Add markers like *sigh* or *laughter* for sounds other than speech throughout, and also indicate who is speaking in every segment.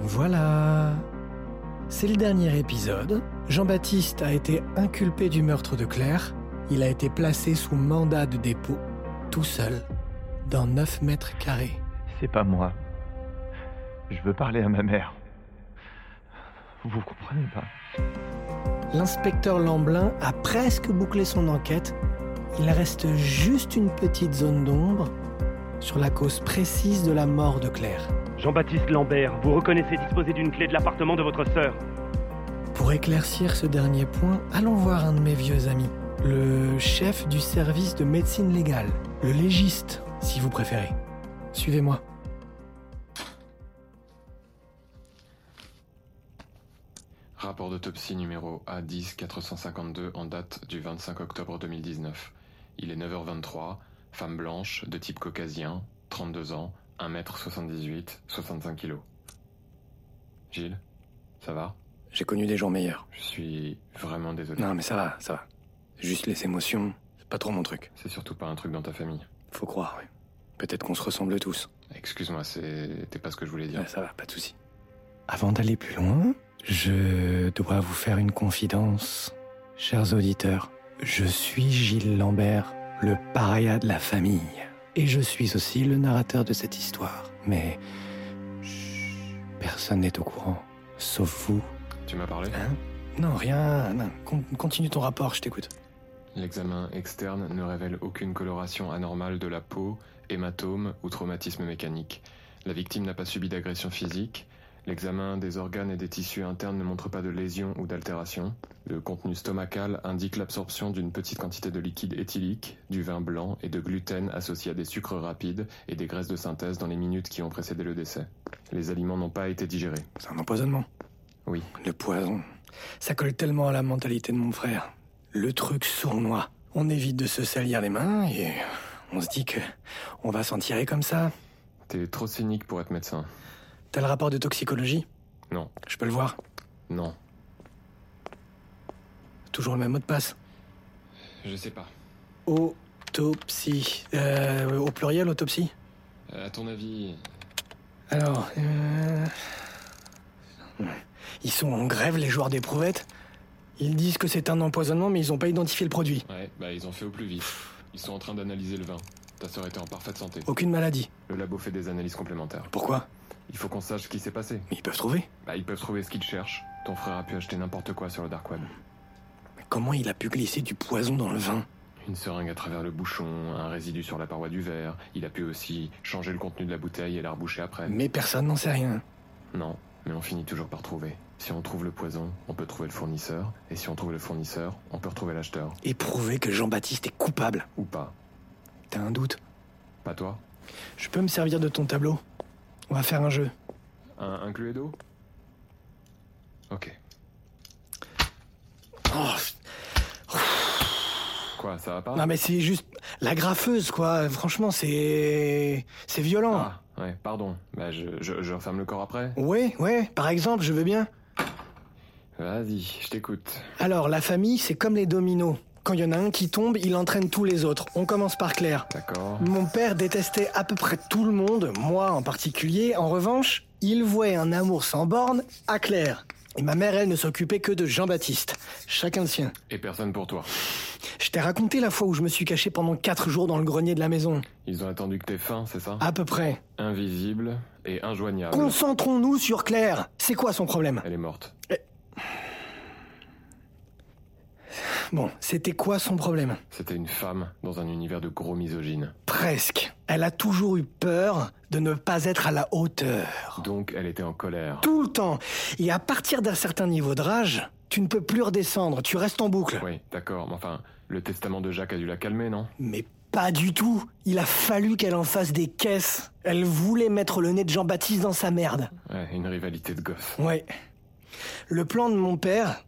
Speaker 1: Voilà. C'est le dernier épisode. Jean-Baptiste a été inculpé du meurtre de Claire. Il a été placé sous mandat de dépôt, tout seul, dans 9 mètres carrés.
Speaker 2: C'est pas moi. Je veux parler à ma mère. Vous comprenez pas
Speaker 1: L'inspecteur Lamblin a presque bouclé son enquête. Il reste juste une petite zone d'ombre sur la cause précise de la mort de Claire.
Speaker 3: Jean-Baptiste Lambert, vous reconnaissez disposer d'une clé de l'appartement de votre sœur.
Speaker 1: Pour éclaircir ce dernier point, allons voir un de mes vieux amis, le chef du service de médecine légale, le légiste, si vous préférez. Suivez-moi.
Speaker 4: Rapport d'autopsie numéro A10-452 en date du 25 octobre 2019. Il est 9h23, femme blanche, de type caucasien, 32 ans, 1m78, 65 kg. Gilles, ça va
Speaker 5: J'ai connu des jours meilleurs.
Speaker 4: Je suis vraiment désolé.
Speaker 5: Non, mais ça va, ça va. Juste les émotions, c'est pas trop mon truc.
Speaker 4: C'est surtout pas un truc dans ta famille.
Speaker 5: Faut croire, oui. Peut-être qu'on se ressemble tous.
Speaker 4: Excuse-moi, c'était pas ce que je voulais dire.
Speaker 5: Ouais, Euh, ça va, pas de souci.
Speaker 1: Avant d'aller plus loin, je dois vous faire une confidence. Chers auditeurs, je suis Gilles Lambert, le paria de la famille. Et je suis aussi le narrateur de cette histoire. Mais... chut, personne n'est au courant, sauf vous.
Speaker 4: Tu m'as parlé
Speaker 5: Hein Non, rien. non. Con- continue ton rapport, je t'écoute.
Speaker 4: L'examen externe ne révèle aucune coloration anormale de la peau, hématome ou traumatisme mécanique. La victime n'a pas subi d'agression physique. L'examen des organes et des tissus internes ne montre pas de lésions ou d'altérations. Le contenu stomacal indique l'absorption d'une petite quantité de liquide éthylique, du vin blanc et de gluten associé à des sucres rapides et des graisses de synthèse dans les minutes qui ont précédé le décès. Les aliments n'ont pas été digérés.
Speaker 5: C'est un empoisonnement.
Speaker 4: Oui.
Speaker 5: Le poison.
Speaker 1: Ça colle
Speaker 5: Tellement à la mentalité de mon frère. Le truc sournois. On évite de se salir les mains et on se dit que on va s'en tirer comme ça.
Speaker 4: T'es trop cynique pour être médecin.
Speaker 5: T'as le rapport de toxicologie
Speaker 4: Non.
Speaker 5: Je peux le voir.
Speaker 4: Non.
Speaker 5: Toujours le même mot de passe.
Speaker 4: Je sais pas.
Speaker 5: Autopsie. Euh, au pluriel, autopsie
Speaker 4: À ton avis,
Speaker 5: Alors, euh, ils sont en grève, les joueurs d'éprouvettes. Ils disent que c'est un empoisonnement, mais ils n'ont pas identifié le produit.
Speaker 4: Ouais, bah ils ont fait au plus vite. Ils sont en train d'analyser le vin. Ta sœur était en parfaite santé.
Speaker 5: Aucune maladie.
Speaker 4: Le labo fait des analyses complémentaires.
Speaker 5: Pourquoi
Speaker 4: Il faut qu'on sache ce qui s'est passé.
Speaker 5: Mais ils peuvent trouver.
Speaker 4: Bah ils peuvent trouver ce qu'ils cherchent. Ton frère a pu acheter n'importe quoi sur le dark web.
Speaker 5: Mais comment il a pu glisser du poison dans le vin
Speaker 4: Une seringue à travers le bouchon, un résidu sur la paroi du verre. Il a pu aussi changer le contenu de la bouteille et la reboucher après.
Speaker 5: Mais personne n'en sait rien.
Speaker 4: Non, mais on finit toujours par trouver. Si on trouve le poison, on peut trouver le fournisseur. Et si on trouve le fournisseur, on peut retrouver l'acheteur.
Speaker 5: Et prouver que Jean-Baptiste est coupable.
Speaker 4: Ou pas.
Speaker 5: T'as un doute
Speaker 4: Pas toi
Speaker 5: Je peux me servir de ton tableau On va faire un jeu.
Speaker 4: Un, un Cluedo Ok.
Speaker 5: Oh,
Speaker 4: Quoi, ça va pas
Speaker 5: non mais c'est juste la graffeuse, quoi. Franchement, c'est... C'est violent.
Speaker 4: Ah, ouais, pardon. Bah, je, je, je referme le corps après
Speaker 5: Ouais, ouais, par exemple, je veux bien.
Speaker 4: Vas-y, je t'écoute.
Speaker 5: Alors, la famille, c'est comme les dominos. Quand il y en a un qui tombe, il entraîne tous les autres. On commence par Claire.
Speaker 4: D'accord.
Speaker 5: Mon père détestait à peu près tout le monde, moi en particulier. En revanche, il vouait un amour sans borne à Claire. Et ma mère, elle, ne s'occupait que de Jean-Baptiste. Chacun le sien.
Speaker 4: Et personne pour toi.
Speaker 5: Je t'ai raconté la fois où je me suis caché pendant quatre jours dans le grenier de la maison.
Speaker 4: Ils ont attendu que t'aies faim, c'est ça
Speaker 5: À peu près.
Speaker 4: Invisible et injoignable.
Speaker 5: Concentrons-nous sur Claire. C'est quoi son problème
Speaker 4: Elle est morte.
Speaker 5: Bon, c'était quoi son problème
Speaker 4: C'était une femme dans un univers de gros misogynes.
Speaker 5: Presque. Elle a toujours eu peur de ne pas être à la hauteur.
Speaker 4: Donc elle était en colère.
Speaker 5: tout le temps. Et à partir d'un certain niveau de rage, Tu ne peux plus redescendre, tu restes en boucle.
Speaker 4: Oui, d'accord, mais enfin, le testament de Jacques a dû la calmer, non
Speaker 5: Mais pas du tout. Il a fallu qu'elle en fasse des caisses. Elle voulait mettre le nez de Jean-Baptiste dans sa merde.
Speaker 4: Ouais, une rivalité de gosse.
Speaker 5: Ouais. Le plan de mon père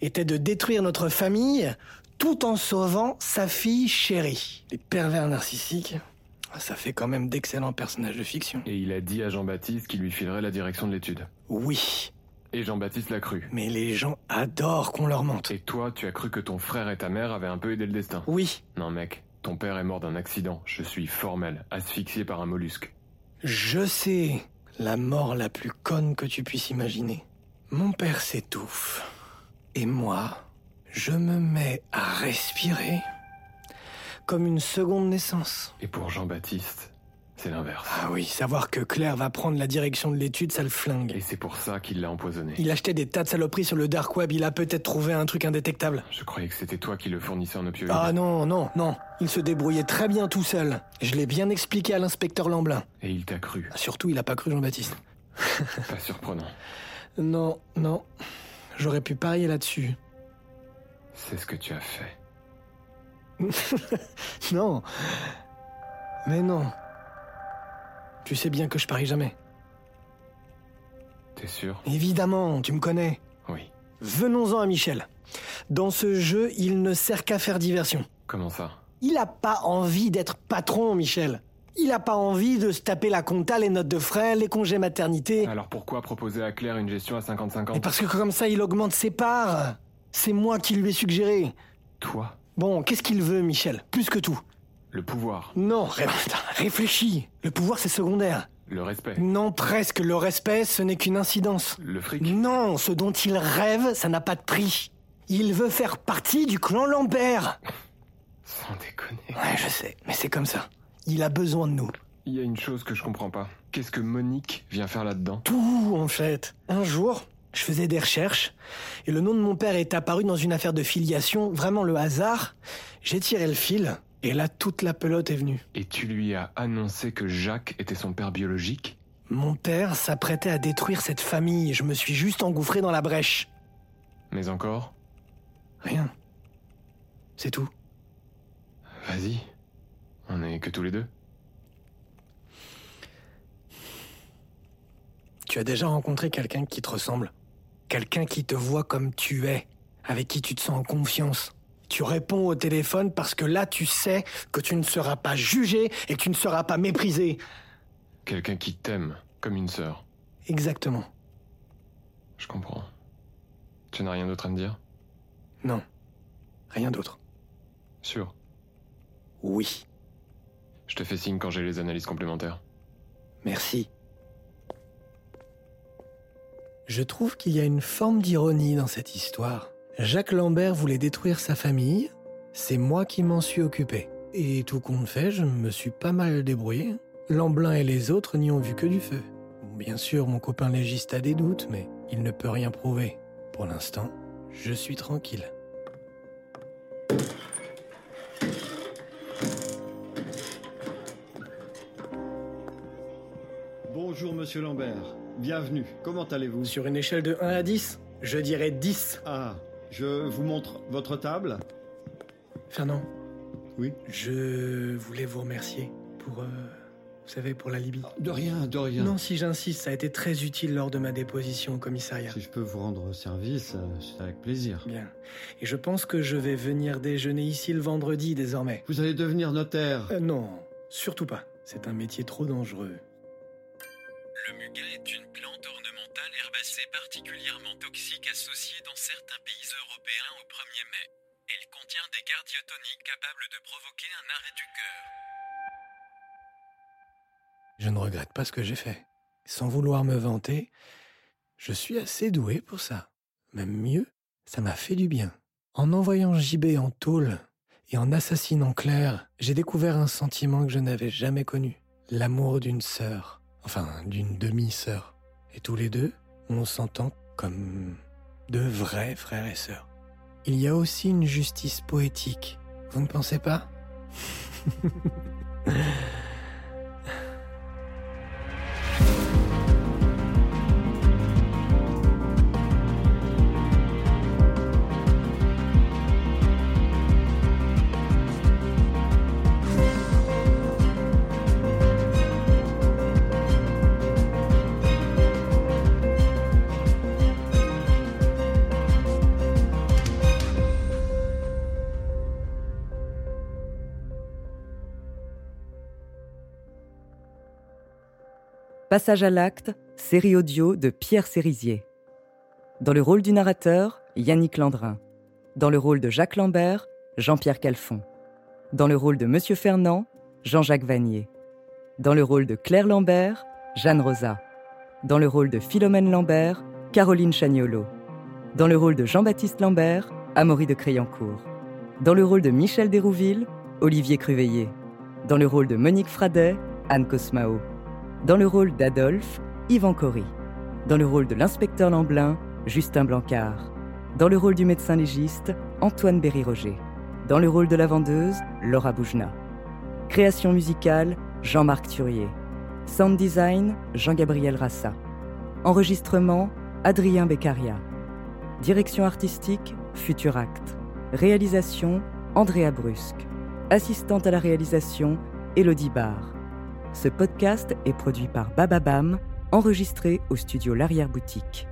Speaker 5: était de détruire notre famille tout en sauvant sa fille chérie. Les pervers narcissiques, Ah, ça fait quand même d'excellents personnages de fiction.
Speaker 4: Et il a dit à Jean-Baptiste qu'il lui filerait la direction de l'étude.
Speaker 5: Oui,
Speaker 4: Et Jean-Baptiste l'a cru.
Speaker 5: mais les gens adorent qu'on leur mente.
Speaker 4: Et toi, tu as cru que ton frère et ta mère avaient un peu aidé le destin.
Speaker 5: Oui,
Speaker 4: Non mec, ton père est mort d'un accident, je suis formel, asphyxié par un mollusque.
Speaker 5: je sais la mort la plus conne que tu puisses imaginer. Mon père s'étouffe. Et moi, je me mets à respirer comme une seconde naissance.
Speaker 4: Et pour Jean-Baptiste, c'est l'inverse.
Speaker 5: Ah oui, savoir que Claire va prendre la direction de l'étude, ça le flingue.
Speaker 4: Et c'est pour ça qu'il l'a empoisonné.
Speaker 5: Il achetait des tas de saloperies sur le dark web, il a peut-être trouvé un truc indétectable.
Speaker 4: Je croyais que c'était toi qui le fournissais en opioïdes.
Speaker 5: Ah non, non, non. Il se débrouillait très bien tout seul. Je l'ai bien expliqué à l'inspecteur Lamblin.
Speaker 4: Et il t'a cru.
Speaker 5: Surtout, il a pas cru Jean-Baptiste.
Speaker 4: Pas surprenant.
Speaker 5: Non, non. J'aurais pu parier là-dessus.
Speaker 4: C'est ce que tu as fait.
Speaker 5: *laughs* Non. Mais non. Tu sais bien que je parie jamais.
Speaker 4: T'es sûr
Speaker 5: Évidemment, tu me connais.
Speaker 4: Oui.
Speaker 5: Venons-en à Michel. Dans ce jeu, il ne sert qu'à faire diversion.
Speaker 4: Comment ça
Speaker 5: Il a pas envie d'être patron, Michel. Il a pas envie de se taper la compta, les notes de frais, les congés maternité.
Speaker 4: Alors pourquoi proposer à Claire une gestion à
Speaker 5: Et
Speaker 4: 50-50
Speaker 5: parce que comme ça, il augmente ses parts. C'est moi qui lui ai suggéré.
Speaker 4: Toi
Speaker 5: Bon, qu'est-ce qu'il veut, Michel Plus que tout.
Speaker 4: Le pouvoir
Speaker 5: Non, ré- *laughs* putain, réfléchis. Le pouvoir, c'est secondaire.
Speaker 4: Le respect
Speaker 5: Non, presque. Le respect, ce n'est qu'une incidence.
Speaker 4: Le fric
Speaker 5: Non, ce dont il rêve, ça n'a pas de prix. Il veut faire partie du clan Lambert.
Speaker 4: Sans déconner.
Speaker 5: Ouais, je sais, mais c'est comme ça. Il a besoin de nous.
Speaker 4: Il y a une chose que je comprends pas. Qu'est-ce que Monique vient faire là-dedans
Speaker 5: Tout, en fait. Un jour, je faisais des recherches et le nom de mon père est apparu dans une affaire de filiation, vraiment le hasard. J'ai tiré le fil et là, toute la pelote est venue.
Speaker 4: Et tu lui as annoncé que Jacques était son père biologique
Speaker 5: Mon père s'apprêtait à détruire cette famille. Je me suis juste engouffré dans la brèche.
Speaker 4: Mais encore
Speaker 5: Rien. C'est tout.
Speaker 4: Vas-y. On est que tous les deux
Speaker 5: Tu as déjà rencontré quelqu'un qui te ressemble. Quelqu'un qui te voit comme tu es, avec qui tu te sens en confiance. Tu réponds au téléphone parce que là, tu sais que tu ne seras pas jugé et que tu ne seras pas méprisé.
Speaker 4: Quelqu'un qui t'aime, comme une sœur.
Speaker 5: Exactement.
Speaker 4: Je comprends. Tu n'as rien d'autre à me dire
Speaker 5: Non. Rien d'autre.
Speaker 4: Sûr.
Speaker 5: Oui.
Speaker 4: Je te fais signe quand j'ai les analyses complémentaires.
Speaker 5: Merci. Je trouve qu'il y a une forme d'ironie dans cette histoire. Jacques Lambert voulait détruire sa famille. C'est moi qui m'en suis occupé. Et tout compte fait, je me suis pas mal débrouillé. Lamblin et les autres n'y ont vu que du feu. Bien sûr, mon copain légiste a des doutes, mais il ne peut rien prouver. Pour l'instant, je suis tranquille.
Speaker 6: Bonjour Monsieur Lambert, bienvenue. Comment allez-vous
Speaker 5: Sur une échelle de 1 à 10, je dirais 10.
Speaker 6: Ah, je vous montre votre table.
Speaker 5: Fernand.
Speaker 6: Oui.
Speaker 5: Je voulais vous remercier pour, euh, vous savez, pour la Libye.
Speaker 6: De rien, de rien.
Speaker 5: Non, si j'insiste, ça a été très utile lors de ma déposition au commissariat.
Speaker 6: Si je peux vous rendre service, euh, c'est avec plaisir.
Speaker 5: Bien. Et je pense que je vais venir déjeuner ici le vendredi désormais.
Speaker 6: Vous allez devenir notaire.
Speaker 5: Euh, non, surtout pas. C'est un métier trop dangereux.
Speaker 7: Le muguet est une plante ornementale herbacée particulièrement toxique associée dans certains pays européens au 1er mai. Elle contient des cardiotoniques capables de provoquer un arrêt du cœur.
Speaker 5: Je ne regrette pas ce que j'ai fait. Sans vouloir me vanter, je suis assez doué pour ça. Même mieux, ça m'a fait du bien. En envoyant JB en tôle et en assassinant Claire, j'ai découvert un sentiment que je n'avais jamais connu. L'amour d'une sœur, enfin d'une demi-sœur. Et tous les deux, on s'entend comme de vrais frères et sœurs. Il y a aussi une justice poétique. Vous ne pensez pas
Speaker 8: Passage à l'acte, série audio de Pierre Sérisier. Dans le rôle du narrateur, Yannick Landrin. Dans le rôle de Jacques Lambert, Jean-Pierre Calfon. Dans le rôle de Monsieur Fernand, Jean-Jacques Vanier. Dans le rôle de Claire Lambert, Jeanne Rosa. Dans le rôle de Philomène Lambert, Caroline Chagnolo. Dans le rôle de Jean-Baptiste Lambert, Amaury de Créancourt. Dans le rôle de Michel Dérouville, Olivier Cruveillet. Dans le rôle de Monique Fradet, Anne Cosmao. Dans le rôle d'Adolphe, Yvan Cory. Dans le rôle de l'inspecteur Lamblin, Justin Blancard. Dans le rôle du médecin légiste, Antoine Berry-Roger. Dans le rôle de la vendeuse, Laura Boujna. Création musicale, Jean-Marc Turier. Sound design, Jean-Gabriel Rassa. Enregistrement, Adrien Beccaria. Direction artistique, Futur Act. Réalisation, Andrea Brusque. Assistante à la réalisation, Elodie Barr. Ce podcast est produit par Bababam, enregistré au studio L'Arrière-Boutique.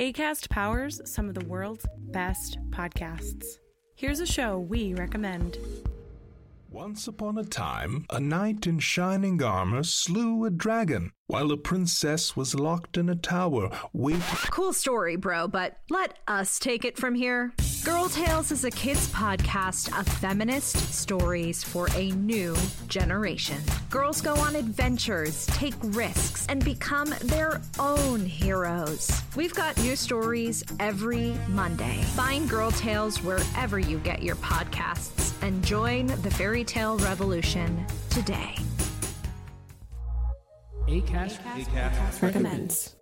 Speaker 9: ACAST powers some of the world's best podcasts. Here's a show we recommend.
Speaker 7: Once upon a time, a knight in shining armor slew a dragon while a princess was locked in a tower waiting.
Speaker 10: Cool story, bro, but let us take it from here. Girl Tales is a kids' podcast of feminist stories for a new generation. Girls go on adventures, take risks, and become their own heroes. We've got new stories every Monday. Find Girl Tales wherever you get your podcasts and join the fairy tale revolution today.
Speaker 3: ACAST, ACAST. recommends.